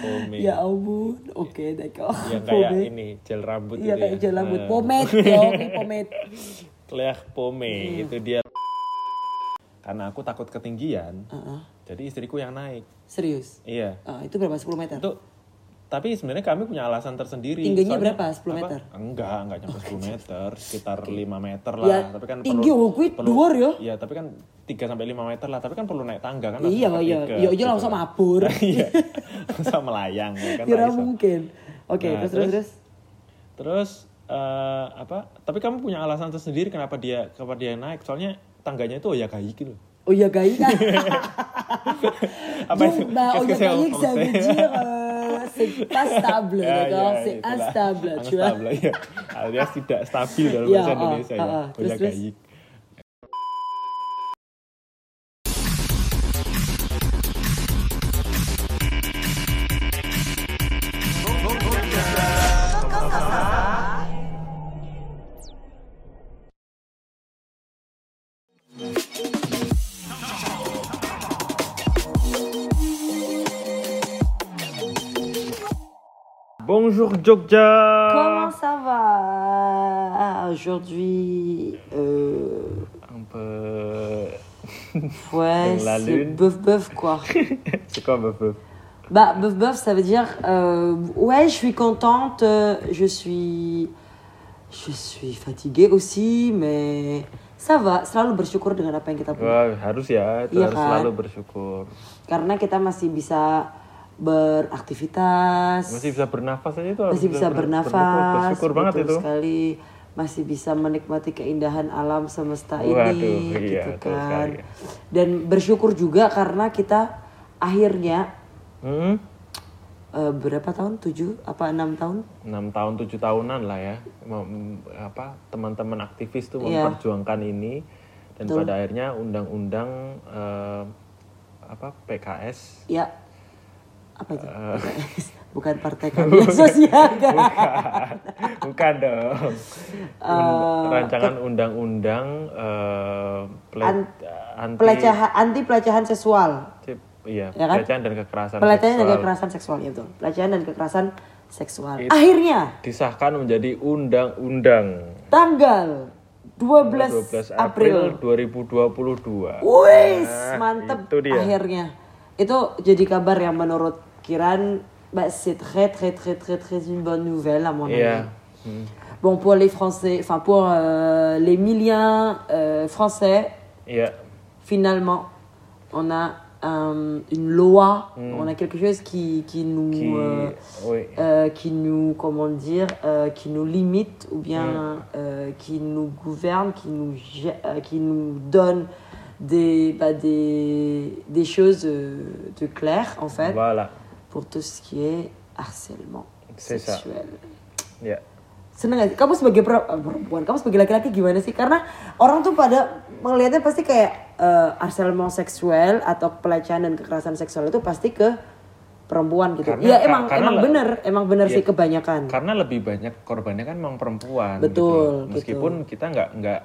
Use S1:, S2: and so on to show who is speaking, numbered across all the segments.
S1: pomade.
S2: Ya ampun, oke d'accord.
S1: Ya euh, kayak ini gel rambut
S2: Iya
S1: itu
S2: kayak
S1: ya.
S2: gel rambut, pomade Hmm. dong, pomade.
S1: Clear pomade itu dia. Karena aku takut ketinggian,
S2: Heeh.
S1: jadi istriku yang naik.
S2: Serius.
S1: Iya.
S2: Ah, itu berapa 10 meter?
S1: Itu tapi sebenarnya kami punya alasan tersendiri.
S2: Tingginya
S1: Soalnya-
S2: berapa? 10 meter?
S1: Enggak, enggak nyampe 10 meter, sekitar 5 meter lah.
S2: Ya,
S1: tapi kan
S2: tinggi oh, gue duar ya.
S1: Iya, tapi kan 3 sampai 5 meter lah, tapi kan perlu naik tangga kan.
S2: Iya,
S1: langsung
S2: iya.
S1: ketiket
S2: Iya, iya
S1: gitu
S2: langsung
S1: kan.
S2: mabur.
S1: Iya. Langsung melayang ya kan.
S2: Ya
S1: nggak
S2: nggak
S1: iso.
S2: mungkin. Oke,
S1: Nah,
S2: terus terus
S1: terus?
S2: terus.
S1: Terus eh, apa? Tapi kamu punya alasan tersendiri kenapa dia kenapa dia naik? Soalnya tangganya itu oh ya kayak gitu.
S2: Oh iya gay kan.
S1: Apa itu?
S2: Bah, oh
S1: Qu'est-ce que
S2: iya
S1: Ah, c'est en
S2: gay,
S1: français?
S2: ça veut dire euh, c'est pas stable,
S1: Ya,
S2: d'accord?
S1: ya,
S2: C'est
S1: itulah.
S2: instable,
S1: Ah,
S2: tu vois.
S1: Unstable, ya. Alias tidak stabil dalam
S2: Ya,
S1: bahasa
S2: ah,
S1: Indonesia
S2: ah,
S1: ya.
S2: ah. Terus,
S1: Udah
S2: terus.
S1: gayik. Bonjour Jogja.
S2: Comment ça va aujourd'hui euh,
S1: Un peu-
S2: Ouais,
S1: La
S2: c'est
S1: lune.
S2: bœuf bœuf quoi.
S1: C'est quoi un peu
S2: bah bœuf bœuf ça veut dire euh, ouais je suis contente, euh, je suis je suis fatiguée aussi mais ça va selalu bersyukur dengan apa yang kita punya
S1: Wah, harus ya. Itu
S2: Iya
S1: harus
S2: kan?
S1: selalu bersyukur.
S2: karena kita masih bisa beraktivitas
S1: Masih bisa bernafas aja itu harus
S2: masih bisa
S1: ber-
S2: bernafas
S1: bersyukur. Bersyukur
S2: betul
S1: banget itu.
S2: sekali masih bisa menikmati keindahan alam semesta
S1: Waduh,
S2: ini
S1: iya,
S2: gitu
S1: betul
S2: kan
S1: sekali.
S2: dan bersyukur juga karena kita akhirnya
S1: Hmm?
S2: eh, berapa tahun 7 apa enam tahun
S1: 6 tahun 7 tahunan lah ya Mem- apa teman-teman aktivis tuh
S2: Iya.
S1: memperjuangkan ini dan pada akhirnya undang-undang eh, apa PKS
S2: ya
S1: Eh.
S2: apa itu PKS. bukan partai keadilan sosial kan?
S1: bukan dong Und-
S2: Eh,
S1: rancangan undang-undang eh, ple-
S2: An-
S1: anti
S2: pelecehan anti pelecehan seksual
S1: cip- iya
S2: Ya kan?
S1: pelecehan dan kekerasan
S2: pelecehan dan
S1: seksual.
S2: kekerasan seksual ya betul pelecehan dan kekerasan seksual akhirnya
S1: disahkan menjadi undang-undang
S2: tanggal 12,
S1: 12
S2: April, Oh.
S1: April 2022
S2: Wis, mantep
S1: itu dia.
S2: akhirnya. Itu jadi kabar yang menurut Kiran bah, c'est très très très très très une bonne nouvelle à mon avis.
S1: Iya.
S2: Bon pour les Français, enfin pour euh, les millions euh, français,
S1: iya
S2: finalement on a euh, une loi,
S1: Hmm.
S2: on a quelque chose qui qui nous
S1: Ki-
S2: euh,
S1: woi.
S2: euh, qui nous, comment dire, euh, qui nous limite ou bien
S1: Hmm.
S2: euh, qui nous gouverne, qui nous, gè- euh, qui nous donne des, bah, des, des choses euh, de clair, en fait,
S1: Voilà.
S2: pour tout ce qui est harcèlement
S1: C'est ça.
S2: sexuel.
S1: Ya.
S2: Seneng gak sih? Kamu sebagai per- eh, perempuan, kamu sebagai laki-laki gimana sih? Karena orang tuh pada melihatnya pasti kayak eh, harcèlement seksual atau pelecehan dan kekerasan seksual itu pasti ke perempuan gitu.
S1: Karena-
S2: Iya emang
S1: karena
S2: emang
S1: le-
S2: bener, emang bener
S1: Iya.
S2: sih kebanyakan.
S1: Karena lebih banyak korbannya kan memang perempuan.
S2: Hmm.
S1: loh.
S2: Betul,
S1: Meskipun kita nggak nggak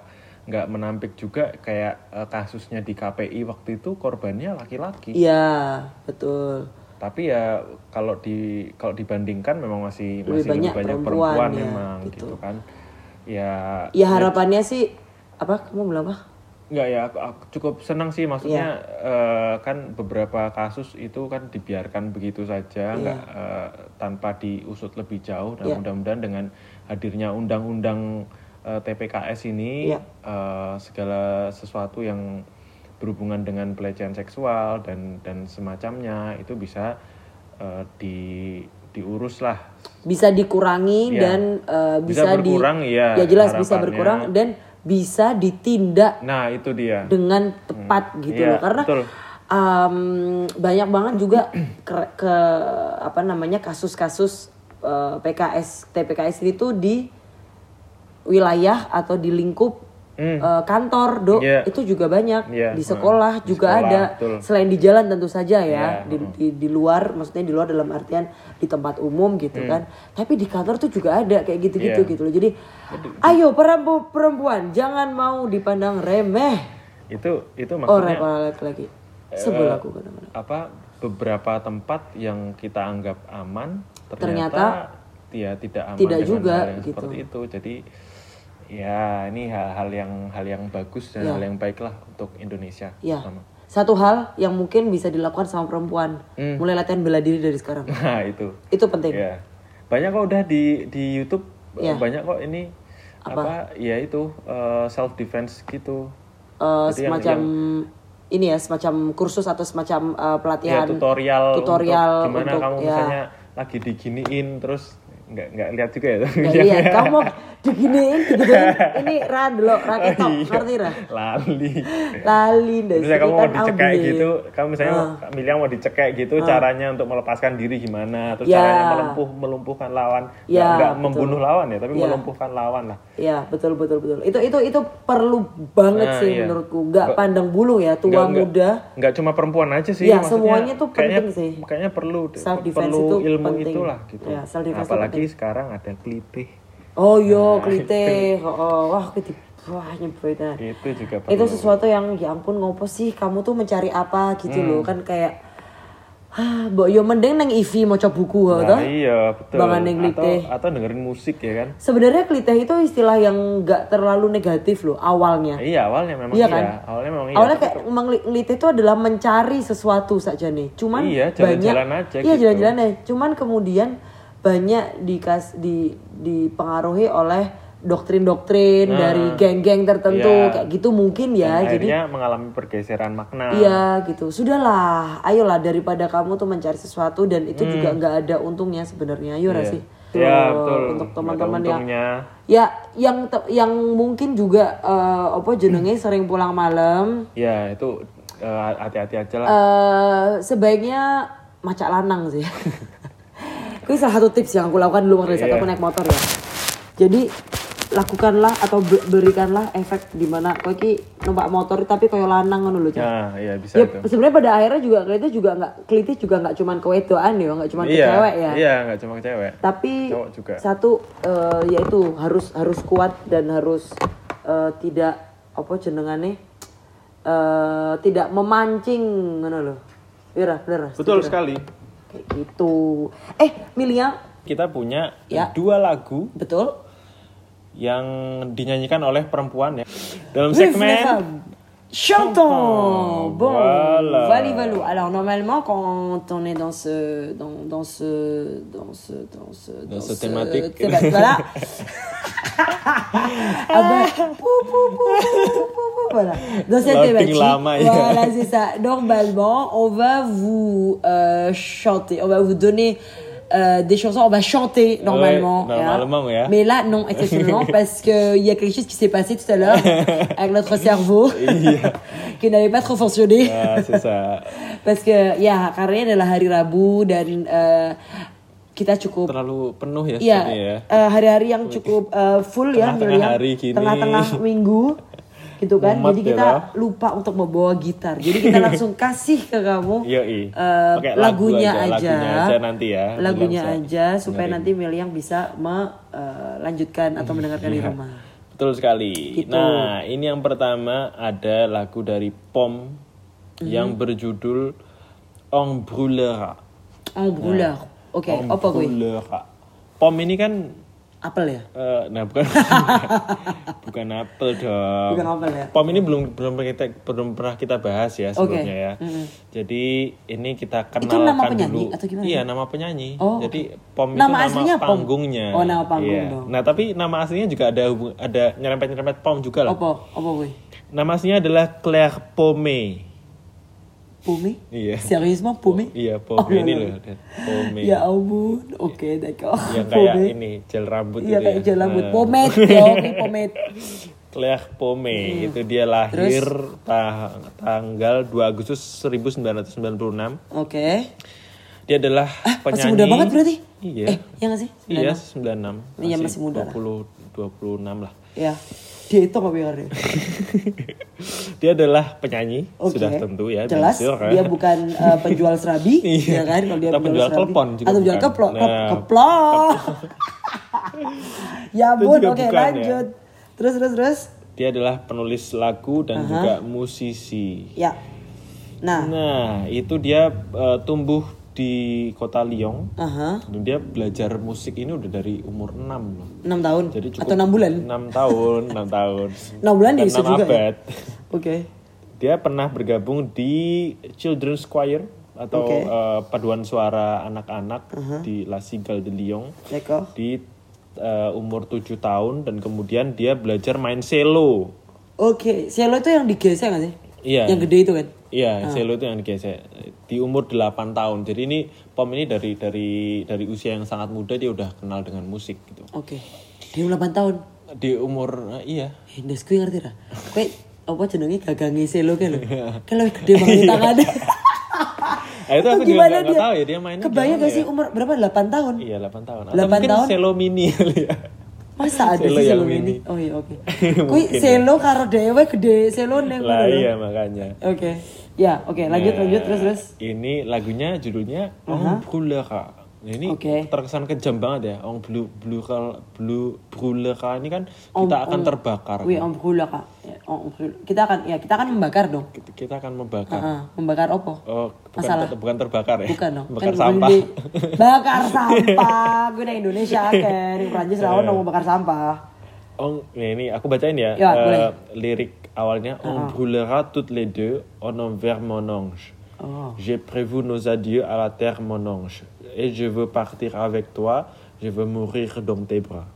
S1: nggak menampik juga kayak eh, kasusnya di KPI waktu itu korbannya laki-laki.
S2: Iya, betul.
S1: Tapi ya kalau di kalau dibandingkan memang masih
S2: Lebih
S1: masih
S2: banyak
S1: lebih banyak
S2: perempuan,
S1: perempuan,
S2: ya,
S1: memang
S2: gitu.
S1: gitu. kan. Ya
S2: Ya harapannya sih apa kamu bilang apa?
S1: nggak ya aku, aku cukup senang sih maksudnya eh,
S2: Iya.
S1: kan beberapa kasus itu kan dibiarkan begitu saja nggak eh, tanpa diusut lebih jauh dan
S2: Iya.
S1: mudah-mudahan dengan hadirnya undang-undang eh, TPKS ini
S2: Iya.
S1: eh, segala sesuatu yang berhubungan dengan pelecehan seksual dan dan semacamnya itu bisa eh, di diurus lah
S2: Bisa dikurangi
S1: Iya.
S2: dan eh,
S1: Bisa
S2: bisa,
S1: berkurang,
S2: di
S1: iya,
S2: Ya jelas bisa
S1: harapannya.
S2: berkurang dan bisa ditindak
S1: nah itu dia
S2: dengan tepat gitu
S1: iya,
S2: loh karena
S1: betul.
S2: em, banyak banget juga ke, ke- apa namanya kasus-kasus eh, PKS TPKS itu di wilayah atau di lingkup eh, kantor do
S1: Hmm. Iya.
S2: itu juga banyak
S1: Iya,
S2: di sekolah
S1: heeh. Di
S2: juga
S1: sekolah,
S2: ada
S1: betul.
S2: selain di jalan tentu saja ya
S1: Iya,
S2: di, di di luar maksudnya di luar dalam artian di tempat umum gitu kan tapi di kantor tuh juga ada kayak
S1: Hmm.
S2: gitu-gitu
S1: Iya.
S2: gitu loh jadi ayo perempu- perempuan jangan mau dipandang remeh
S1: itu itu
S2: Oh,
S1: maksudnya Eh,
S2: repal lagi. Sebel aku kadang-kadang.
S1: apa beberapa tempat yang kita anggap aman ternyata,
S2: Ternyata-
S1: ya tidak aman
S2: Tidak
S1: dengan
S2: juga,
S1: hal yang
S2: gitu.
S1: seperti itu jadi ya ini hal-hal yang hal yang bagus dan
S2: Ya.
S1: hal yang baiklah untuk Indonesia
S2: Ya.
S1: terutama.
S2: Satu hal yang mungkin bisa dilakukan sama perempuan,
S1: Hmm.
S2: mulai latihan bela diri dari sekarang.
S1: nah itu
S2: Itu penting. Eh,
S1: ya banyak kok udah di di YouTube
S2: Ya.
S1: banyak kok ini apa, ya itu self defense gitu
S2: Eh,
S1: Jadi yang-
S2: semacam ini ya, semacam kursus atau semacam eh,
S1: ya
S2: pelatihan
S1: tutorial,
S2: tutorial
S1: untuk gimana
S2: untuk-
S1: kamu
S2: ya.
S1: misalnya lagi diginiin terus nggak nggak lihat juga ya
S2: Nggak lihat. iya. Kamu mau diginiin, diginiin. Ini Ra dulu, Ra ketok,
S1: Iya.
S2: ngerti Ra?
S1: lali
S2: Lali dari
S1: misalnya kamu mau dicekek gitu kamu misalnya
S2: kan Ah.
S1: mau- Milya mau dicekek gitu caranya untuk melepaskan diri gimana terus
S2: Ya.
S1: caranya melumpuh melumpuhkan lawan Nggak-
S2: Ya,
S1: nggak
S2: betul.
S1: membunuh lawan ya tapi
S2: Ya.
S1: melumpuhkan lawan lah
S2: Ya betul betul betul. Itu itu itu perlu banget
S1: Nah,
S2: sih
S1: iya.
S2: menurutku. Gak
S1: Ba-
S2: pandang bulu ya, tua
S1: Nggak- nggak-
S2: muda.
S1: nggak cuma perempuan aja sih
S2: Iya,
S1: maksudnya
S2: semuanya tuh
S1: kayaknya-
S2: penting sih.
S1: kayaknya perlu
S2: Self defense
S1: perlu
S2: itu
S1: ilmu
S2: penting.
S1: itulah gitu
S2: Ya, self defense itu
S1: apalagi
S2: penting.
S1: sekarang ada klitih
S2: Oh
S1: Nah,
S2: yo,
S1: gitu.
S2: klite. Oh, oh. wah aku di wah nyebutnya.
S1: itu juga perlu
S2: Itu sesuatu yang ya ampun ngopo sih kamu tuh mencari apa gitu loh
S1: Hmm.
S2: kan kayak ah mbok yo mending nang IV mau buku
S1: Nah,
S2: ha, toh.
S1: iya betul
S2: Bangan
S1: atau
S2: yang klitih.
S1: atau dengerin musik ya kan
S2: Sebenarnya kliteh itu istilah yang gak terlalu negatif loh awalnya.
S1: Iya awalnya memang
S2: Iya
S1: iya,
S2: kan?
S1: awalnya memang iya.
S2: Awalnya
S1: tapi
S2: kayak memang li- lite itu adalah mencari sesuatu saja nih. Cuman
S1: Iya,
S2: banyak
S1: jalan-jalan aja
S2: Iya,
S1: gitu.
S2: jalan-jalan aja. Cuman kemudian banyak dikas di dipengaruhi oleh doktrin-doktrin
S1: Nah.
S2: dari geng-geng tertentu
S1: Iya.
S2: kayak gitu mungkin ya. Jadi
S1: akhirnya mengalami pergeseran makna.
S2: Iya gitu, sudahlah, ayolah daripada kamu tuh mencari sesuatu dan itu juga nggak ada untungnya sebenarnya, ayo
S1: Hmm. Iya.
S2: sih.
S1: Iya,
S2: Tuh,
S1: betul.
S2: Untuk
S1: Nggak ada
S2: teman-teman yang
S1: untungnya.
S2: ya yang te- yang mungkin juga eh, apa jenenge sering pulang malam,
S1: Ya itu eh, hati-hati aja lah.
S2: eh sebaiknya macak lanang sih. Itu salah satu tips yang aku lakukan dulu waktu saat
S1: Iya.
S2: aku naik motor ya. Jadi lakukanlah atau be- berikanlah efek di mana kowe iki numpak motor tapi koyo lanang ngono lho, Cak.
S1: nah, iya bisa
S2: Ya,
S1: itu.
S2: sebenarnya pada akhirnya juga kelitih juga nggak kelitih juga nggak cuman ke wedoan ya, nggak cuman ke
S1: iya,
S2: cewek ya.
S1: Iya, nggak cuma ke cewek.
S2: Tapi
S1: Cowok juga.
S2: satu eh, yaitu harus harus kuat dan harus eh, tidak apa jenengane eh tidak memancing ngono loh. Iya, bener.
S1: Betul
S2: setuju.
S1: sekali.
S2: Kayak gitu. Eh, Milia,
S1: Kita punya
S2: Ya.
S1: dua lagu
S2: betul?
S1: yang dinyanyikan oleh perempuan ya. Dalam segmen
S2: Chantons Bon,
S1: Voilà.
S2: vali valou. Alors normalement quand on est dans ce dans, dans ce dans ce dans ce
S1: Dans ce thématique.
S2: théma- voilà. ah ben, pou, pou, pou, pou, pou, pou, voilà. Dans cette
S1: Loading
S2: thématique,
S1: lama, il y a-
S2: voilà, c'est ça. Normalement, on va vous euh, chanter, on va vous donner euh, des chansons, on va chanter normalement.
S1: Ouais, normalement, ouais. hein.
S2: Mais là, non, exceptionnellement, parce qu'il y a quelque chose qui s'est passé tout à l'heure avec notre cerveau qui n'avait pas trop fonctionné.
S1: Ah, c'est ça.
S2: Parce que, ya, karena adalah hari Rabu dan eh, kita cukup
S1: Terlalu penuh ya
S2: Iya,
S1: sepertinya ya.
S2: eh, hari-hari yang cukup eh, full ya,
S1: Tengah-tengah
S2: Miriam.
S1: hari gini.
S2: tengah-tengah minggu, gitu kan.
S1: Mumet
S2: Jadi
S1: ya,
S2: kita
S1: lah.
S2: lupa untuk membawa gitar. Jadi kita langsung kasih ke kamu
S1: Yoi.
S2: eh,
S1: Pakai lagu
S2: lagunya
S1: aja,
S2: aja,
S1: lagunya aja nanti ya.
S2: lagunya
S1: Bilang
S2: aja
S1: saya
S2: supaya
S1: dengerin.
S2: nanti Miriam bisa melanjutkan atau
S1: Iya.
S2: mendengarkan di rumah.
S1: Betul sekali.
S2: Gitu.
S1: Nah, ini yang pertama ada lagu dari
S2: Hmm.
S1: POM yang berjudul On Brûlera.
S2: En brûleur, oke,
S1: On
S2: apa gue?
S1: Brûlera. POM ini kan
S2: Apel ya?
S1: eh, nah bukan bukan apel dong.
S2: Bukan apel ya?
S1: POM ini belum belum kita belum pernah kita bahas ya sebelumnya ya. Jadi ini kita kenalkan
S2: nama penyanyi
S1: dulu.
S2: atau gimana?
S1: Iya, nama penyanyi.
S2: Oh,
S1: Jadi POM itu
S2: Nama
S1: nama
S2: aslinya POM?
S1: panggungnya.
S2: Oh, nama panggung
S1: Iya.
S2: dong.
S1: Nah, tapi nama aslinya juga ada hubung- ada nyerempet-nyerempet POM juga lah.
S2: Apa? Apa gue?
S1: Nama aslinya adalah Claire Pomé.
S2: Paumé?
S1: Iya.
S2: Sérieusement paumé?
S1: Iya,
S2: Oh,
S1: Pomé ini
S2: iya.
S1: loh. Pomé.
S2: Ya ampun, oke, d'accord.
S1: Yang Iya, kayak
S2: Paumé.
S1: ini gel rambut
S2: Iya
S1: itu
S2: kayak
S1: ya.
S2: jual rambut
S1: Nah,
S2: pomade yo, ini pomade.
S1: Claire Pomé
S2: Hmm.
S1: itu dia lahir ta- tanggal 2 Agustus 1996.
S2: Oke.
S1: Dia adalah penyanyi.
S2: Ah, Masih muda banget berarti?
S1: Iya.
S2: Eh, iya nggak sih?
S1: Iya, 96.
S2: Iya, masih muda lah.
S1: 20 26 lah.
S2: Ya. Dia itu nggak biar deh.
S1: Dia adalah penyanyi,
S2: Oke.
S1: sudah tentu ya. dan
S2: Jelas.
S1: sure, ya.
S2: Dia bukan eh, penjual serabi,
S1: Iya.
S2: ya kan? Kalau dia
S1: Atau penjual
S2: serabi.
S1: klepon juga
S2: Atau penjual
S1: bukan.
S2: keplok,
S1: Nah.
S2: keplok. ya
S1: Itu
S2: bun,
S1: juga
S2: oke
S1: bukan, ya.
S2: lanjut. Terus terus terus.
S1: Dia adalah penulis lagu dan juga musisi.
S2: Ya. Nah,
S1: Nah, itu dia eh, tumbuh di kota Lyon.
S2: aha,
S1: Dan Dia belajar musik ini udah dari umur 6 loh.
S2: 6 tahun
S1: Jadi cukup
S2: atau 6 bulan.
S1: 6 tahun, 6 tahun.
S2: 6 bulan dia
S1: Dan
S2: bisa
S1: enam
S2: juga. ya?
S1: abad.
S2: Oke.
S1: Dia pernah bergabung di Children's Choir atau
S2: Oke. Uh-huh.
S1: eh, paduan suara anak-anak di La Cigale de Lyon
S2: D'accord.
S1: di eh, umur 7 tahun dan kemudian dia belajar main cello.
S2: Oke, Cielo itu yang digesek ya nggak sih?
S1: Iya.
S2: Yang gede itu kan?
S1: Iya, cello itu yang digesek di umur 8 tahun. Jadi ini Pom ini dari dari dari usia yang sangat muda dia udah kenal dengan musik gitu.
S2: Oke. Dia 8 tahun.
S1: Di umur eh, iya.
S2: Hendes kuwi ngerti ra? Kowe apa jenenge gagange Cielo kae lho. Kae lho gede banget tangannya.
S1: Eh, itu aku juga nggak- nggak tahu ya dia mainnya
S2: Kebayang
S1: gimana
S2: gak
S1: ya.
S2: sih umur berapa? 8 tahun.
S1: Iya, 8 tahun. Atau
S2: 8
S1: mungkin
S2: tahun?
S1: cello mini kali ya.
S2: Masa ada
S1: Selo
S2: sih
S1: yang
S2: Cielo
S1: mini.
S2: ini? Oh iya oke. Kuwi Cielo karo dhewe gede Cielo ning
S1: Lah
S2: ngono lho.
S1: iya makanya.
S2: Oke. Ya, oke, lanjut
S1: Nah,
S2: lanjut terus terus.
S1: Ini lagunya judulnya On Brûlera. Nah, ini
S2: Oke.
S1: terkesan kejam banget ya. On Blue Blue Blue Brûlera ini kan kita akan terbakar.
S2: Wih, on brûle Kak. Ya, on brûle. Kita akan ya kita akan membakar dong.
S1: Kita akan membakar.
S2: Heeh, membakar opo?
S1: Oh, bukan,
S2: Masalah.
S1: bukan terbakar ya?
S2: Bukan dong.
S1: Bakar
S2: Kan
S1: sampah.
S2: gue di- Bakar sampah. Gue nang Indonesia kan. Di Prancis
S1: Iya.
S2: lawan mau bakar sampah.
S1: On, nah, ini aku bacain ya.
S2: Ya,
S1: eh,
S2: boleh.
S1: lirik awalnya On brûlera toutes les deux en envers mon ange. J'ai prévu nos adieux à la terre mon ange et je veux partir avec toi, je veux mourir dans tes bras.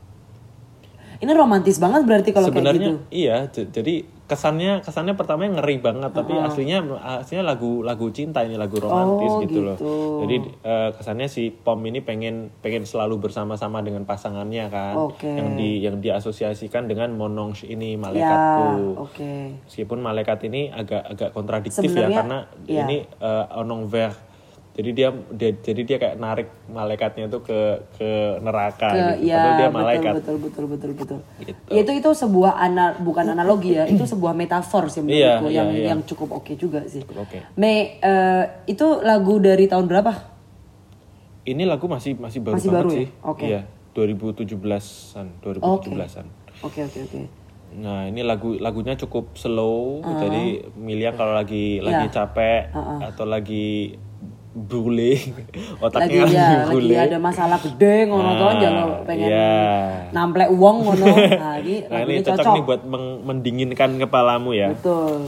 S2: Ini romantis banget berarti kalau kayak gitu.
S1: Sebenarnya iya, j- jadi kesannya kesannya pertama ngeri banget, tapi aslinya aslinya lagu lagu cinta ini lagu romantis
S2: Oh,
S1: gitu, loh.
S2: gitu.
S1: Jadi eh, kesannya si Pom ini pengen pengen selalu bersama-sama dengan pasangannya kan,
S2: Oke.
S1: yang di yang diasosiasikan dengan Mononge ini
S2: Ya,
S1: malaikatku.
S2: oke.
S1: Meskipun malaikat ini agak agak kontradiktif
S2: Sebenarnya,
S1: ya karena
S2: iya.
S1: ini eh, onong ver. Jadi dia, dia- jadi dia kayak narik malaikatnya tuh ke ke neraka
S2: Ke,
S1: gitu.
S2: ya,
S1: Padahal dia
S2: betul,
S1: malaikat.
S2: betul, betul, betul, betul.
S1: Gitu.
S2: Ya, itu itu sebuah ana, bukan analogi ya, itu sebuah metafor sih menurutku
S1: Iya,
S2: yang
S1: iya, iya.
S2: yang cukup oke juga sih.
S1: oke.
S2: Me, eh, itu lagu dari tahun berapa?
S1: Ini lagu masih masih baru
S2: Masih
S1: banget
S2: baru ya?
S1: sih.
S2: Oke.
S1: Iya, 2017-an, 2017-an.
S2: Oke, oke, oke.
S1: Nah, ini lagu lagunya cukup slow.
S2: Ah.
S1: Jadi Miliang kalau lagi
S2: Iya.
S1: lagi capek atau lagi bule
S2: Lagi
S1: otaknya lagi,
S2: ya, lagi
S1: bule.
S2: ada masalah gede ngono to,
S1: Ah,
S2: jalo pengen
S1: iya.
S2: namplek uang ngono. Nah, ini
S1: Nah, ini
S2: lagunya
S1: cocok,
S2: cocok.
S1: nih buat meng- mendinginkan kepalamu ya.
S2: Betul.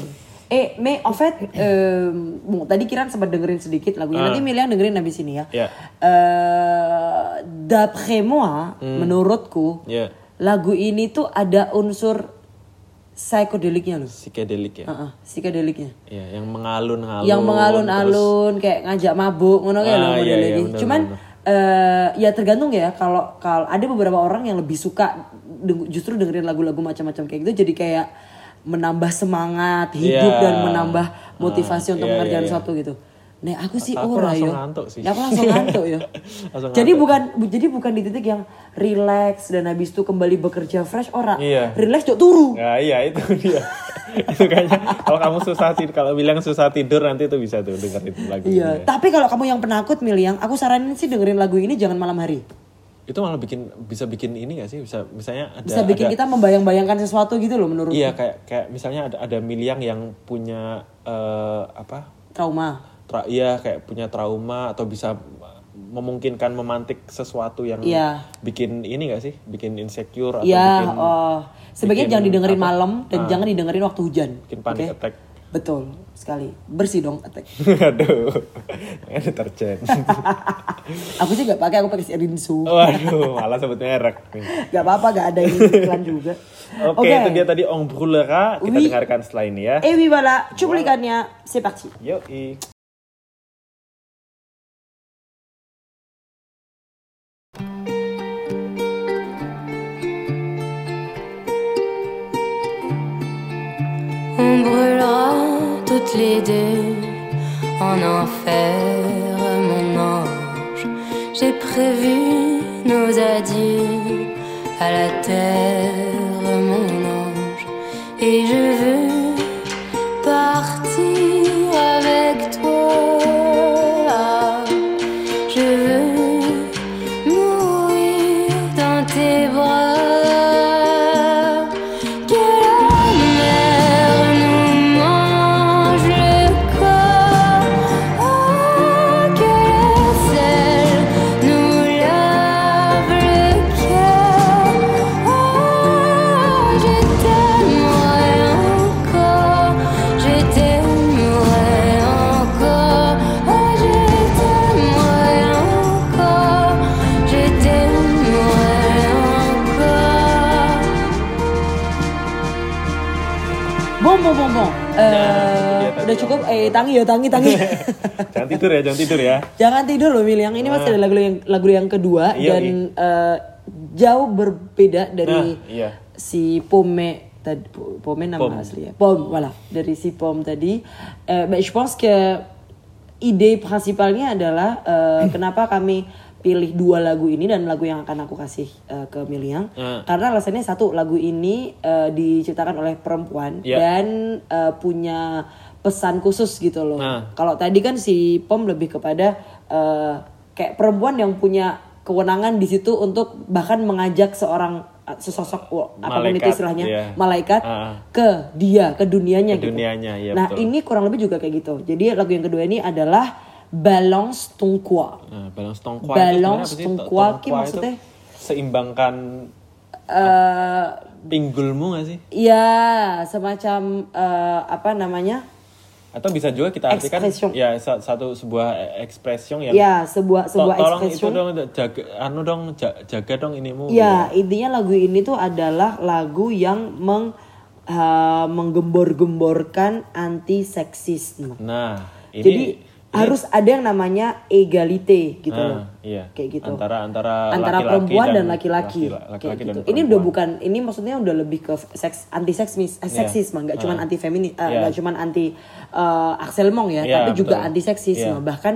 S2: Eh, mais en fait, euh, bon, tadi Kiran sempat dengerin sedikit
S1: Ah.
S2: lagunya. Nanti Milian dengerin habis ini ya.
S1: Ya.
S2: Eh, d'après moi,
S1: Hmm.
S2: menurutku,
S1: Ya,
S2: lagu ini tuh ada unsur psikodeliknya loh.
S1: psikedelik ya.
S2: Heeh, psikodeliknya.
S1: Ya, yang mengalun-alun.
S2: Yang mengalun-alun kayak ngajak mabuk ngono kayak loh
S1: Ah, iya, iya,
S2: modelnya ini.
S1: benar,
S2: Cuman eh, ya tergantung ya kalau kalau ada beberapa orang yang lebih suka deng- justru dengerin lagu-lagu macam-macam kayak gitu jadi kayak menambah semangat
S1: Iya.
S2: hidup dan menambah
S1: Ah,
S2: motivasi untuk
S1: iya,
S2: mengerjakan
S1: iya, iya.
S2: sesuatu gitu. Nih aku sih
S1: Aku
S2: ora
S1: langsung
S2: yo.
S1: ngantuk sih.
S2: Ya, Aku langsung ngantuk yo.
S1: Langsung
S2: jadi bukan bu- jadi bukan di titik yang relax dan habis itu kembali bekerja fresh ora.
S1: Iya.
S2: Relax jok turu.
S1: Nah, iya itu dia. itu kayaknya kalau kamu susah tidur, kalau bilang susah tidur nanti itu bisa tuh dengerin lagu
S2: Iya, tapi kalau kamu yang penakut Miliang, aku saranin sih dengerin lagu ini jangan malam hari.
S1: Itu malah bikin bisa bikin ini gak sih? Bisa misalnya ada
S2: Bisa bikin
S1: ada-
S2: kita membayang-bayangkan sesuatu gitu loh menurut
S1: Iya, kayak kayak misalnya ada ada miliang yang punya eh, apa?
S2: trauma.
S1: Tra, iya kayak punya trauma atau bisa memungkinkan memantik sesuatu yang
S2: Iya.
S1: bikin ini gak sih? Bikin insecure atau
S2: Iya,
S1: bikin
S2: oh. sebaiknya
S1: bikin
S2: jangan didengerin
S1: apa? Ah.
S2: malam dan jangan didengerin waktu hujan.
S1: bikin panic
S2: oke?
S1: attack.
S2: Betul sekali. Bersih dong attack.
S1: Aduh, pakai deterjen.
S2: aku sih gak pakai, aku pakai si Rinsu.
S1: Oh. Waduh, malah sebut merek. nih.
S2: Gak apa-apa, gak ada ini iklan juga.
S1: Oke, itu dia tadi Ong Brulera. Kita
S2: Oui.
S1: dengarkan setelah ini ya.
S2: Et oui voilà, Eh, cuplikannya, c'est parti.
S1: Yoi.
S3: On brûlera toutes les deux en enfer, mon ange. J'ai prévu nos adieux à la terre, mon ange. Et je veux partir avec toi. Je veux mourir dans tes bras. Que la mer nous mange le corps.
S1: Nah,
S2: Eh,
S1: iya, tadi
S2: udah cukup. Eh, tangi ya, tangi, tangi.
S1: jangan tidur ya, jangan tidur ya.
S2: Jangan tidur loh, Mil. Yang ini masih ada lagu yang lagu yang kedua
S1: Ah. Iya,
S2: dan eh, jauh berbeda dari
S1: Nah, iya.
S2: si Pomme tadi Po- Pomme nama
S1: Pomme.
S2: asli ya. Pomme, voilà, dari si Pomme tadi. Eh, ben, je pense que ide principalnya adalah eh, kenapa kami pilih dua lagu ini dan lagu yang akan aku kasih eh, ke Miliang
S1: Nah.
S2: karena alasannya satu lagu ini eh, diciptakan oleh perempuan
S1: Iya.
S2: dan eh, punya pesan khusus gitu loh
S1: Nah.
S2: kalau tadi kan si Pom lebih kepada eh, kayak perempuan yang punya kewenangan di situ untuk bahkan mengajak seorang eh, sesosok oh, apapun itu
S1: Malaikat,
S2: istilahnya
S1: iya.
S2: malaikat
S1: Ah.
S2: ke dia ke dunianya
S1: Ke
S2: gitu.
S1: dunianya, iya,
S2: nah
S1: betul.
S2: ini kurang lebih juga kayak gitu. Jadi lagu yang kedua ini adalah balance ton quoi.
S1: Nah, balance tongkwa itu sebenarnya apa
S2: Balance
S1: sih? Tong-
S2: tongkwa ki
S1: itu
S2: maksudnya?
S1: seimbangkan
S2: Eh,
S1: pinggulmu gak sih?
S2: ya semacam eh, apa namanya?
S1: Atau bisa juga kita artikan
S2: Expression.
S1: ya sa- satu sebuah ekspresi yang
S2: Ya sebuah
S1: To-
S2: sebuah
S1: tolong
S2: expression.
S1: itu dong jaga anu dong ja- jaga dong inimu.
S2: Ya, intinya lagu ini tuh adalah lagu yang meng eh, menggembor-gemborkan anti seksisme.
S1: Nah, ini
S2: Jadi harus ada yang namanya egalite gitu
S1: Ah,
S2: loh.
S1: iya.
S2: Kayak gitu.
S1: Antara antara
S2: Antara
S1: laki-laki
S2: perempuan dan
S1: dan
S2: laki-laki.
S1: laki- laki-laki
S2: Kayak
S1: dan
S2: gitu. Ini udah
S1: perempuan.
S2: bukan ini maksudnya udah lebih ke seks anti seksisme, seksisme enggak cuman anti feminis,
S1: Iya.
S2: enggak cuman anti eh, Axel Mong ya,
S1: Iya,
S2: tapi juga
S1: betul.
S2: anti
S1: Iya.
S2: seksisme. Bahkan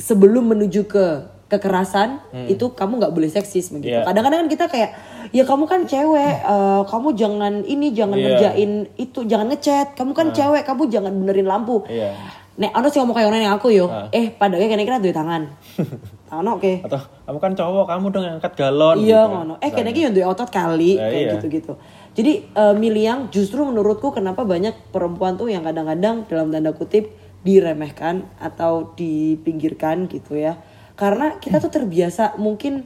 S2: sebelum menuju ke kekerasan itu kamu nggak boleh seksis gitu.
S1: Hmm. Iya.
S2: Kadang-kadang kan kita kayak ya kamu kan cewek, eh, kamu jangan ini jangan
S1: Iya. Ah.
S2: ngerjain itu, jangan ngechat. Kamu kan cewek, kamu jangan benerin lampu.
S1: Iya.
S2: Nek ono sih ngomong kayak orang yang aku yo.
S1: Ah.
S2: Eh padahal kene kira duwe tangan. Ono oke.
S1: atau kamu kan cowok kamu dong yang angkat galon
S2: Iya
S1: gitu.
S2: ngono. Eh kene iki yo duwe otot kali
S1: Nah,
S2: kayak
S1: iya.
S2: gitu-gitu. Jadi eh, Miliang justru menurutku kenapa banyak perempuan tuh yang kadang-kadang dalam tanda kutip diremehkan atau dipinggirkan gitu ya. Karena kita tuh terbiasa mungkin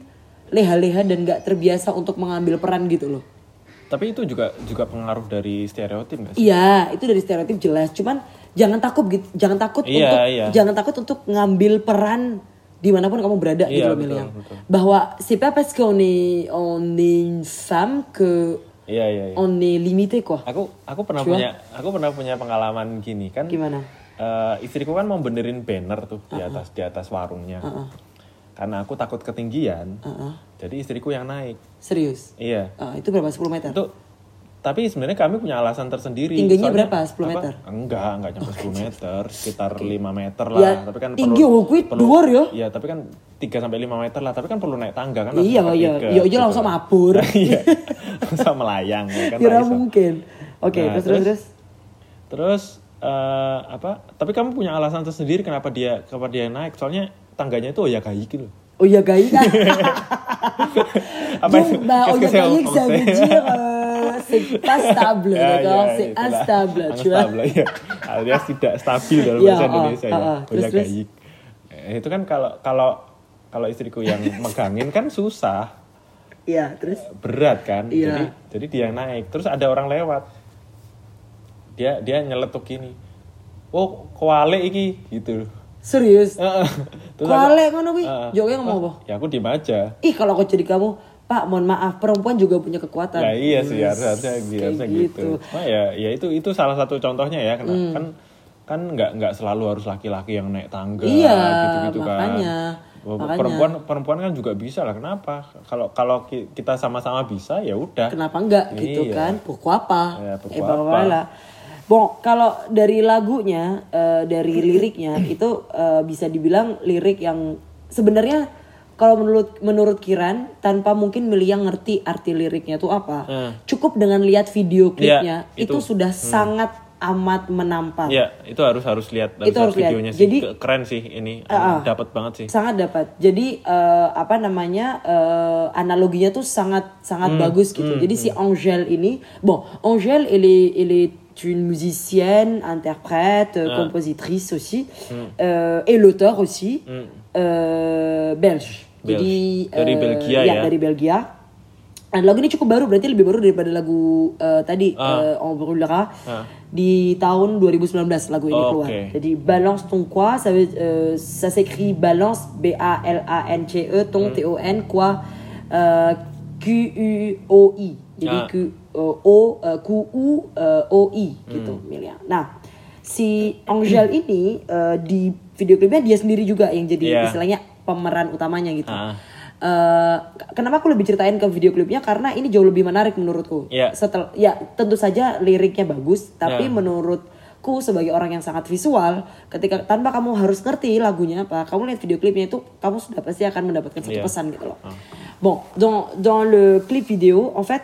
S2: leha-leha dan gak terbiasa untuk mengambil peran gitu loh.
S1: Tapi itu juga juga pengaruh dari stereotip nggak sih?
S2: Iya, itu dari stereotip jelas. Cuman jangan takut gitu, jangan takut
S1: Iya,
S2: untuk
S1: iya.
S2: jangan takut untuk ngambil peran dimanapun kamu berada gitu
S1: Iya,
S2: loh
S1: betul,
S2: Miliang.
S1: betul.
S2: Bahwa c'est pas parce qu'on est on est une femme que
S1: Iya iya. iya.
S2: on est limité quoi.
S1: Aku aku pernah
S2: Cua.
S1: punya aku pernah punya pengalaman gini kan.
S2: Gimana?
S1: eh, istriku kan mau benerin banner tuh di atas di atas warungnya. Karena aku takut ketinggian. Jadi istriku yang naik.
S2: Uh-uh. Serius.
S1: Iya.
S2: Ah, itu berapa 10 meter?
S1: Itu tapi sebenarnya kami punya alasan tersendiri.
S2: Tingginya
S1: Soalnya-
S2: berapa? 10 meter?
S1: Enggak, enggak nyampe 10 meter, sekitar 5 meter lah.
S2: Ya,
S1: tapi kan
S2: tinggi wong kuwi dhuwur ya.
S1: Iya, tapi kan 3 sampai 5 meter lah, tapi kan perlu naik tangga kan.
S2: Iya,
S1: langsung
S2: iya.
S1: ketiga,
S2: Iya aja
S1: gitu
S2: langsung
S1: kan.
S2: mabur.
S1: Iya. Langsung melayang ya kan.
S2: Ya ora
S1: Raisa.
S2: mungkin. Oke,
S1: Nah,
S2: terus terus terus.
S1: Terus eh, apa? Tapi kamu punya alasan tersendiri kenapa dia kenapa dia naik? Soalnya tangganya itu oh ya kayak gitu.
S2: Oh iya gai kan.
S1: Apa itu?
S2: Donc, bah, oh,
S1: Qu'est-ce que
S2: ya
S1: c'est en
S2: gai, ça
S1: français?
S2: veut dire euh, c'est pas stable,
S1: Ya, ya,
S2: d'accord? C'est
S1: itulah.
S2: instable, tu vois.
S1: Unstable, ya. Alias tidak stabil dalam
S2: Ya,
S1: bahasa
S2: oh,
S1: Indonesia
S2: oh,
S1: ya.
S2: oh. Terus,
S1: Udah
S2: terus?
S1: gayik. Eh, Itu kan kalau kalau kalau istriku yang megangin kan susah,
S2: Iya, terus
S1: berat kan.
S2: Iya.
S1: Jadi jadi dia yang naik. Terus ada orang lewat. Dia dia nyeletuk gini. Oh, koale iki gitu.
S2: serius.
S1: Heeh. Terus aku-
S2: Koale ngono kuwi.
S1: Heeh.
S2: Jokowi ngomong apa?
S1: Ya aku diem aja.
S2: Ih kalau aku jadi kamu, Pak mohon maaf perempuan juga punya kekuatan.
S1: Nah iya sih
S2: Yes,
S1: harusnya harusnya gitu.
S2: kayak Hmm.
S1: harusnya gitu. Cuma ya ya itu itu salah satu contohnya ya karena kan kan nggak nggak selalu harus laki-laki yang naik tangga
S2: Iya,
S1: gitu-gitu
S2: makanya,
S1: kan.
S2: makanya.
S1: Perempuan perempuan kan juga bisa lah. Kenapa? Kalau kalau ki- kita sama-sama bisa ya udah.
S2: Kenapa enggak gitu
S1: Iya.
S2: kan? Pourquoi pas?
S1: Ya, pourquoi
S2: eh
S1: pas.
S2: voilà. Bon, kalau dari lagunya, eh, dari liriknya itu eh, bisa dibilang lirik yang sebenarnya kalau menurut menurut Kiran tanpa mungkin Miliang ngerti arti liriknya itu apa.
S1: Hmm.
S2: Cukup dengan lihat video klipnya
S1: Iya,
S2: itu.
S1: itu.
S2: sudah sangat amat menampar.
S1: Ya itu harus harus lihat harus
S2: Itu harus lihat.
S1: videonya
S2: Jadi-
S1: sih. Keren sih ini.
S2: Ah, ah.
S1: Dapat banget sih.
S2: sangat dapat jadi eh, apa namanya eh, analoginya tuh sangat
S1: Hmm.
S2: sangat bagus gitu jadi si Angèle ini bon Angèle elle est elle est une musicienne interprète
S1: Ah.
S2: euh, compositrice aussi
S1: Hmm.
S2: euh, et l'auteur aussi euh, belge.
S1: Belge.
S2: jadi
S1: Dari
S2: eh,
S1: Belgia ya.
S2: dari Belgia dan lagu ini cukup baru berarti lebih baru daripada lagu eh, tadi
S1: Ah.
S2: eh, On Brûlera di tahun 2019 lagu ini
S1: Oh,
S2: keluar
S1: oke.
S2: jadi balance ton quoi, ça, veut- euh, ça s'écrit balance E,
S1: Mm.
S2: B-A-L-A-N-C-E, ton T-O-N quoi, euh, Q-U-O-I. Jadi
S1: Ah.
S2: Q- uh, O uh, ku U uh, OI
S1: Mm.
S2: gitu Milia. Nah, si Angel ini uh, di video klipnya dia sendiri juga yang jadi
S1: Iya.
S2: istilahnya pemeran utamanya gitu.
S1: Ah.
S2: Eh, kenapa aku lebih ceritain ke video klipnya karena ini jauh lebih menarik menurutku.
S1: Iya.
S2: Setel- ya tentu saja liriknya bagus, tapi
S1: Iya.
S2: menurutku sebagai orang yang sangat visual, ketika tanpa kamu harus ngerti lagunya apa, kamu lihat video klipnya itu kamu sudah pasti akan mendapatkan satu
S1: Iya.
S2: pesan gitu loh. Bon, dans dans le clip vidéo, en fait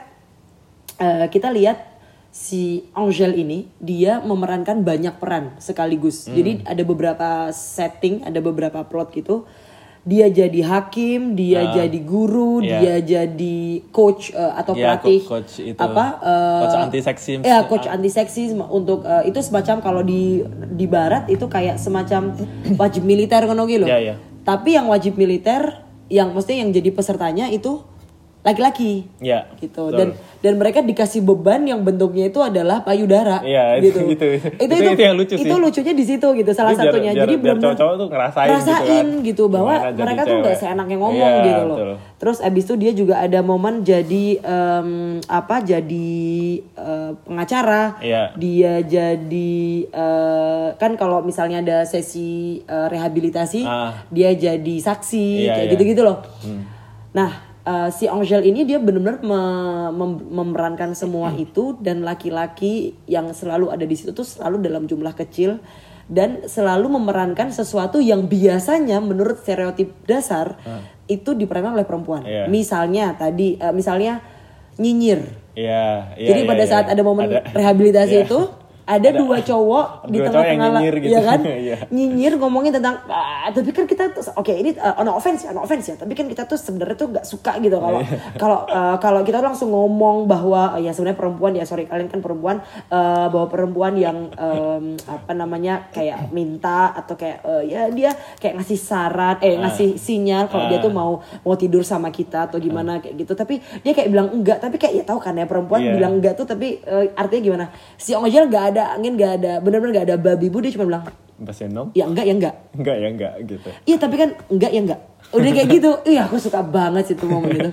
S2: eh, kita lihat si Angel ini dia memerankan banyak peran sekaligus.
S1: Hmm.
S2: Jadi ada beberapa setting, ada beberapa plot gitu. Dia jadi hakim, dia jadi
S1: Ah.
S2: guru,
S1: iya.
S2: dia jadi coach eh, atau
S1: Iya, co-
S2: pelatih
S1: coach itu.
S2: apa? eh,
S1: Coach anti-seksisme.
S2: Iya, coach anti seksisme untuk eh, itu semacam kalau di di barat itu kayak semacam wajib militer kan gitu loh.
S1: Iya, iya.
S2: Tapi yang wajib militer yang maksudnya yang jadi pesertanya itu laki-laki
S1: Ya. betul.
S2: gitu dan dan mereka dikasih beban yang bentuknya itu adalah payudara
S1: Iya, itu-
S2: gitu
S1: itu- itu- itu yang lucu sih.
S2: itu lucunya di situ gitu salah
S1: Jadi biar-
S2: satunya
S1: biar-
S2: jadi
S1: biar
S2: bener-bener
S1: cowok-cowok tuh ngerasain gitu
S2: ngerasain
S1: kan.
S2: gitu bahwa
S1: Gimana jadi
S2: mereka tuh nggak
S1: cewek.
S2: seenaknya ngomong
S1: Iya,
S2: gitu loh
S1: betul.
S2: terus abis itu dia juga ada momen jadi em, apa jadi eh, pengacara
S1: Iya.
S2: dia jadi eh, kan kalau misalnya ada sesi eh, rehabilitasi
S1: Ah.
S2: dia jadi saksi
S1: Iya,
S2: kayak
S1: iya.
S2: gitu gitu loh. Nah, eh, si Angel ini dia benar-benar me- mem- memerankan semua itu dan laki-laki yang selalu ada di situ tuh selalu dalam jumlah kecil dan selalu memerankan sesuatu yang biasanya menurut stereotip dasar itu diperankan oleh perempuan.
S1: Iya.
S2: Misalnya tadi eh, misalnya nyinyir.
S1: Iya, iya,
S2: Jadi
S1: iya,
S2: pada
S1: iya.
S2: saat ada momen
S1: Ada.
S2: rehabilitasi
S1: Iya.
S2: itu ada, dua cowok di
S1: Dua cowok
S2: tengah-tengah
S1: yang
S2: la-
S1: nyinyir gitu.
S2: ya kan?
S1: Iya.
S2: nyinyir ngomongin tentang "Ah, tapi kan kita tuh oke ini uh, on offense ya, on offense ya, tapi kan kita tuh sebenarnya tuh nggak suka gitu kalau
S1: Iya.
S2: kalau uh, kalau kita langsung ngomong bahwa "Oh, ya sebenarnya perempuan ya sorry kalian kan perempuan uh, bahwa perempuan yang um, apa namanya kayak minta atau kayak uh, ya dia kayak ngasih saran eh
S1: Ah.
S2: ngasih sinyal kalau dia tuh mau mau tidur sama kita atau
S1: Ah.
S2: gimana kayak gitu tapi dia kayak bilang enggak tapi kayak ya tahu kan ya perempuan
S1: Iya.
S2: bilang enggak tuh tapi uh, artinya gimana si ongojel nggak ada angin nggak ada bener-bener nggak ada babi bu dia cuma bilang
S1: Bahasa Endong?
S2: ya enggak ya enggak
S1: Enggak ya, enggak gitu.
S2: Iya tapi kan enggak ya enggak. Udah kayak gitu. Iya aku suka banget sih tuh momen itu.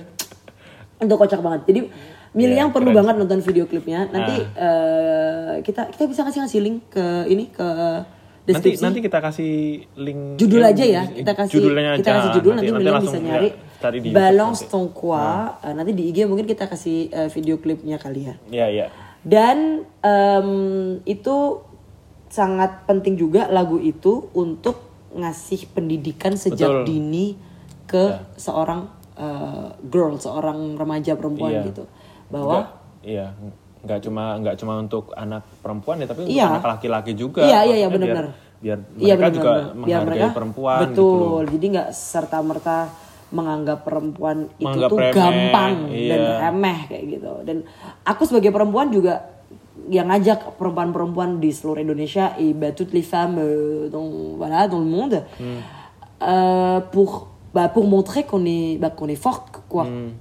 S2: Itu kocak banget. Jadi Milih
S1: Iya,
S2: yang perlu
S1: keren. Ah.
S2: banget nonton video klipnya. Nanti eh, kita kita bisa kasih ngasih link ke ini ke
S1: Nanti
S2: deskripsi.
S1: nanti kita kasih link
S2: judul
S1: yang-
S2: aja ya. Kita kasih
S1: judulnya
S2: kita
S1: aja.
S2: kasih judul nanti, Milih yang
S1: langsung
S2: bisa
S1: ya,
S2: nyari
S1: cari di Ah. YouTube
S2: Balance
S1: nanti.
S2: ton quoi. Eh, nanti di IG mungkin kita kasih eh, video klipnya kali ya.
S1: Iya, iya.
S2: Dan em, itu sangat penting juga lagu itu untuk ngasih pendidikan
S1: Betul. Ya.
S2: sejak dini ke seorang eh, girl, seorang remaja perempuan
S1: Iya.
S2: gitu. Bahwa
S1: Enggak- iya, enggak cuma enggak cuma untuk anak perempuan ya, tapi untuk
S2: Iya.
S1: anak laki-laki juga.
S2: Iya, iya, iya,
S1: Maksudnya biar-
S2: benar-benar.
S1: Biar
S2: Iya,
S1: mereka juga
S2: benar-benar. Biar
S1: menghargai
S2: mereka-
S1: perempuan
S2: betul.
S1: gitu loh.
S2: Jadi nggak serta merta menganggap perempuan itu
S1: Menganggap
S2: tuh
S1: remeh,
S2: gampang dan
S1: iya.
S2: remeh kayak gitu. Dan aku sebagai perempuan juga yang ngajak perempuan-perempuan di seluruh Indonesia et bah, toutes les femmes euh, dans voilà dans le monde
S1: Hmm.
S2: euh, pour bah, pour montrer qu'on est bah, qu'on est forte quoi.
S1: Hmm.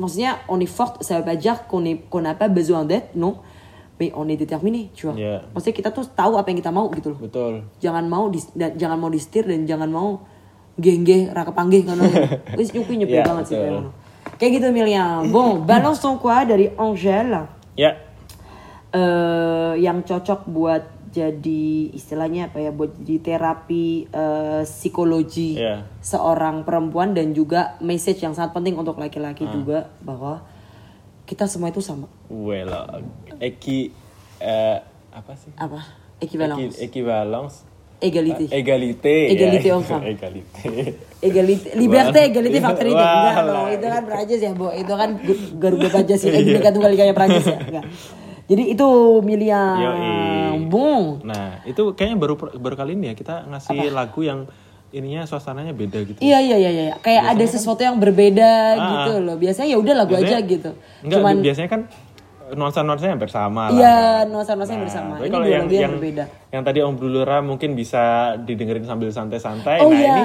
S2: Maksudnya on est forte, ça veut pas dire qu'on est qu'on n'a pas besoin d'aide, non. Mais on est déterminé, tu vois.
S1: Iya.
S2: Maksudnya kita tuh tahu apa yang kita mau gitu loh
S1: Betul.
S2: jangan mau di, dan- jangan mau distir dan jangan mau gengge raka panggih kan wis nyupi nyepi
S1: Iya,
S2: banget
S1: betul.
S2: sih kayak ngono. kayak gitu Milian bon balance ton quoi dari Angel
S1: Ya.
S2: eh yang cocok buat jadi istilahnya apa ya buat jadi terapi eh, psikologi
S1: Iya.
S2: seorang perempuan dan juga message yang sangat penting untuk laki-laki juga bahwa kita semua itu sama
S1: Wela. Eki eh apa sih?
S2: apa
S1: Eki-
S2: equivalence
S1: Équivalence.
S2: egality
S1: e- Égalité.
S2: Égalité
S1: ya.
S2: homme-femme.
S1: Égalité.
S2: Egalite, liberté,
S1: Wah.
S2: egalite factory
S1: Wah,
S2: enggak dong.
S1: lah.
S2: Itu kan Prancis ya, Bo. Itu kan Gu- Garuda Gajah
S1: Iya.
S2: sih, eh, Bhinneka Tunggal Ika ya Prancis ya. Enggak. Jadi itu miliar
S1: Yoi.
S2: Bon.
S1: Nah, itu kayaknya baru baru kali ini ya kita ngasih lagu yang ininya suasananya beda gitu.
S2: Iya iya iya iya. Kayak ada sesuatu yang berbeda
S1: kan? Ah,
S2: gitu loh. Biasanya ya udah lagu aja
S1: Biasanya-
S2: gitu.
S1: Enggak,
S2: Cuman
S1: biasanya kan nuansa-nuansanya hampir sama lah.
S2: iya nuansa-nuansa yang
S1: Nah,
S2: bersama.
S1: tapi
S2: Ini
S1: kalau
S2: dua
S1: yang,
S2: lagu yang
S1: yang,
S2: berbeda.
S1: yang tadi Om Blulera mungkin bisa didengerin sambil santai-santai.
S2: Oh,
S1: nah,
S2: iya.
S1: ini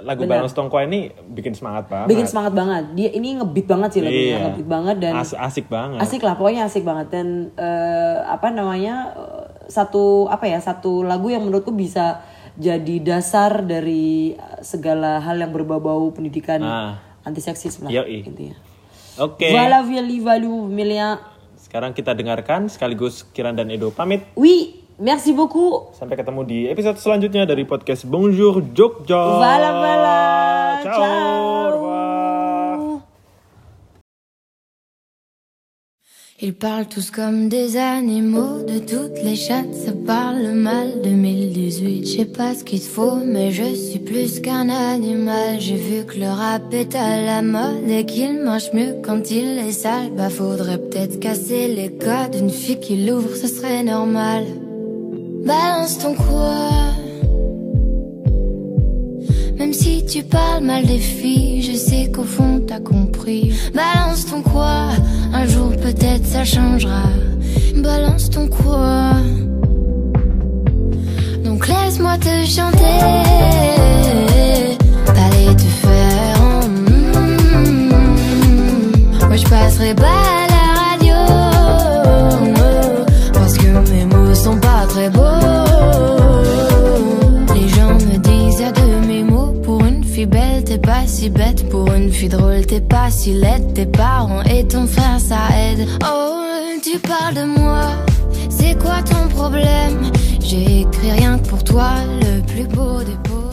S1: lagu
S2: Benar.
S1: Balance Tongkwa ini bikin semangat banget.
S2: Bikin semangat banget. Dia ini ngebeat banget sih lagunya,
S1: Iya.
S2: ngebeat banget dan
S1: As- asik banget.
S2: asik lah pokoknya asik banget dan eh, apa namanya eh, satu apa ya satu lagu yang menurutku bisa jadi dasar dari eh, segala hal yang berbau-bau pendidikan
S1: Ah.
S2: anti seksis lah
S1: Yoi.
S2: intinya.
S1: Oke.
S2: Voilà, Viali Valou, Milien.
S1: Sekarang kita dengarkan sekaligus Kiran dan Edo pamit.
S2: Oui, merci beaucoup.
S1: Sampai ketemu di episode selanjutnya dari podcast Bonjour Jogja.
S2: Voilà, voilà.
S1: Ciao.
S2: Ciao.
S1: Au revoir.
S3: Ils parlent tous comme des animaux, de toutes les chattes, ça parle mal. 2018, je sais pas ce qu'il te faut, mais je suis plus qu'un animal. J'ai vu que le rap est à la mode et qu'il marche mieux quand il est sale. Bah faudrait peut-être casser les codes, une fille qui l'ouvre, ce serait normal. Balance ton quoi Même si tu parles mal des filles, je sais qu'au fond t'as compris. Balance ton quoi, un jour peut-être ça changera. Balance ton quoi. Donc laisse-moi te chanter. Allez te faire en mm. hmm. Moi je passerai pas à la radio. Parce que mes mots sont pas très beaux. Les gens me disent à demi mots pour une fille belle, t'es pas si bête. Pour une fille drôle, t'es pas si laide. Tes parents et ton frère, ça aide. Oh, tu parles de moi, c'est quoi ton problème? J'ai écrit rien que pour toi, le plus beau des beaux.